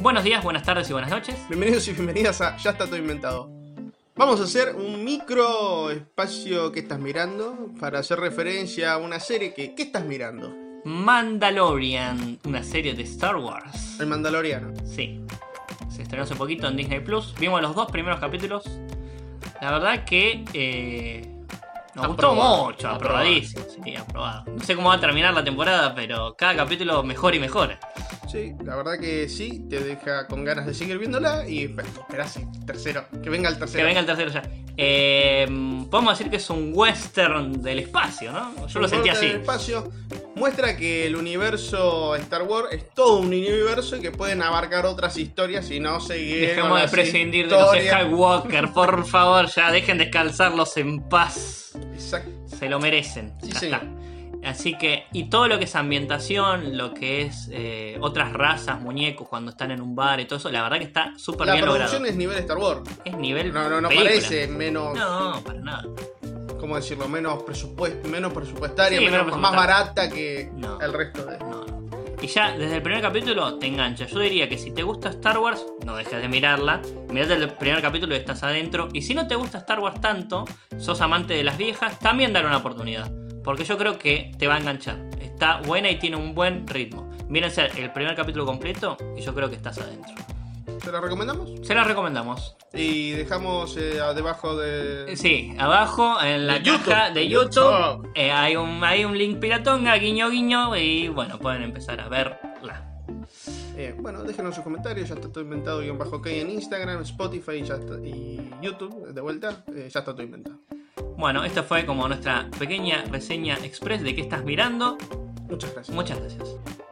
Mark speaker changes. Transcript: Speaker 1: Buenos días, buenas tardes y buenas noches.
Speaker 2: Bienvenidos y bienvenidas a Ya está todo inventado. Vamos a hacer un micro espacio que estás mirando para hacer referencia a una serie que ¿qué estás mirando?
Speaker 1: Mandalorian, una serie de Star Wars.
Speaker 2: El Mandaloriano.
Speaker 1: Sí. Se estrenó hace poquito en Disney Plus. Vimos los dos primeros capítulos. La verdad que eh, nos gustó
Speaker 3: Aprobado.
Speaker 1: mucho, aprobadísimo. Sí, aprobado. No sé cómo va a terminar la temporada, pero cada capítulo mejor y mejor.
Speaker 2: Sí, la verdad que sí, te deja con ganas de seguir viéndola y pues, esperás el tercero, que venga el
Speaker 1: Que
Speaker 2: tercero.
Speaker 1: venga el tercero ya. Eh, podemos decir que es un western del espacio, ¿no? Yo lo sentí
Speaker 2: Corta
Speaker 1: así.
Speaker 2: del espacio muestra que el universo Star Wars es todo un universo y que pueden abarcar otras historias y no seguir con
Speaker 1: Dejemos de
Speaker 2: las
Speaker 1: prescindir de los
Speaker 2: historias.
Speaker 1: Skywalker, por favor, ya dejen descalzarlos en paz.
Speaker 2: Exacto.
Speaker 1: Se lo merecen.
Speaker 2: Sí,
Speaker 1: ya
Speaker 2: señor.
Speaker 1: está. Así que, y todo lo que es ambientación, lo que es eh, otras razas, muñecos cuando están en un bar y todo eso, la verdad que está súper
Speaker 2: La
Speaker 1: bien
Speaker 2: producción
Speaker 1: logrado.
Speaker 2: es nivel Star Wars.
Speaker 1: Es nivel.
Speaker 2: No, no, no
Speaker 1: película.
Speaker 2: parece menos,
Speaker 1: No, para nada.
Speaker 2: ¿cómo decirlo? Menos presupuesto, menos presupuestaria,
Speaker 1: Sí,
Speaker 2: menos,
Speaker 1: menos
Speaker 2: más
Speaker 1: presupuestaria.
Speaker 2: barata que
Speaker 1: No.
Speaker 2: el resto de.
Speaker 1: No, no. Y ya desde el primer capítulo te engancha. Yo diría que si te gusta Star Wars, no dejes de mirarla. Mirate el primer capítulo y estás adentro. Y si no te gusta Star Wars tanto, sos amante de las viejas, también dale una oportunidad. Porque yo creo que te va a enganchar. Está buena y tiene un buen ritmo. Viene a ser el primer capítulo completo y yo creo que estás adentro.
Speaker 2: ¿Te la recomendamos?
Speaker 1: Se la recomendamos.
Speaker 2: Y dejamos eh, debajo de.
Speaker 1: Sí, abajo en la
Speaker 2: De YouTube. Ah.
Speaker 1: caja de YouTube
Speaker 2: YouTube.
Speaker 1: eh, hay, un, hay un link piratonga, guiño guiño. Y bueno, pueden empezar a verla.
Speaker 2: Eh, bueno, déjenos sus comentarios. Ya está todo inventado. Guión bajo K en Instagram, Spotify ya está- y YouTube. De vuelta, eh, ya está todo inventado.
Speaker 1: Bueno, esta fue como nuestra pequeña reseña express de qué estás mirando.
Speaker 2: Muchas gracias.
Speaker 1: Muchas gracias.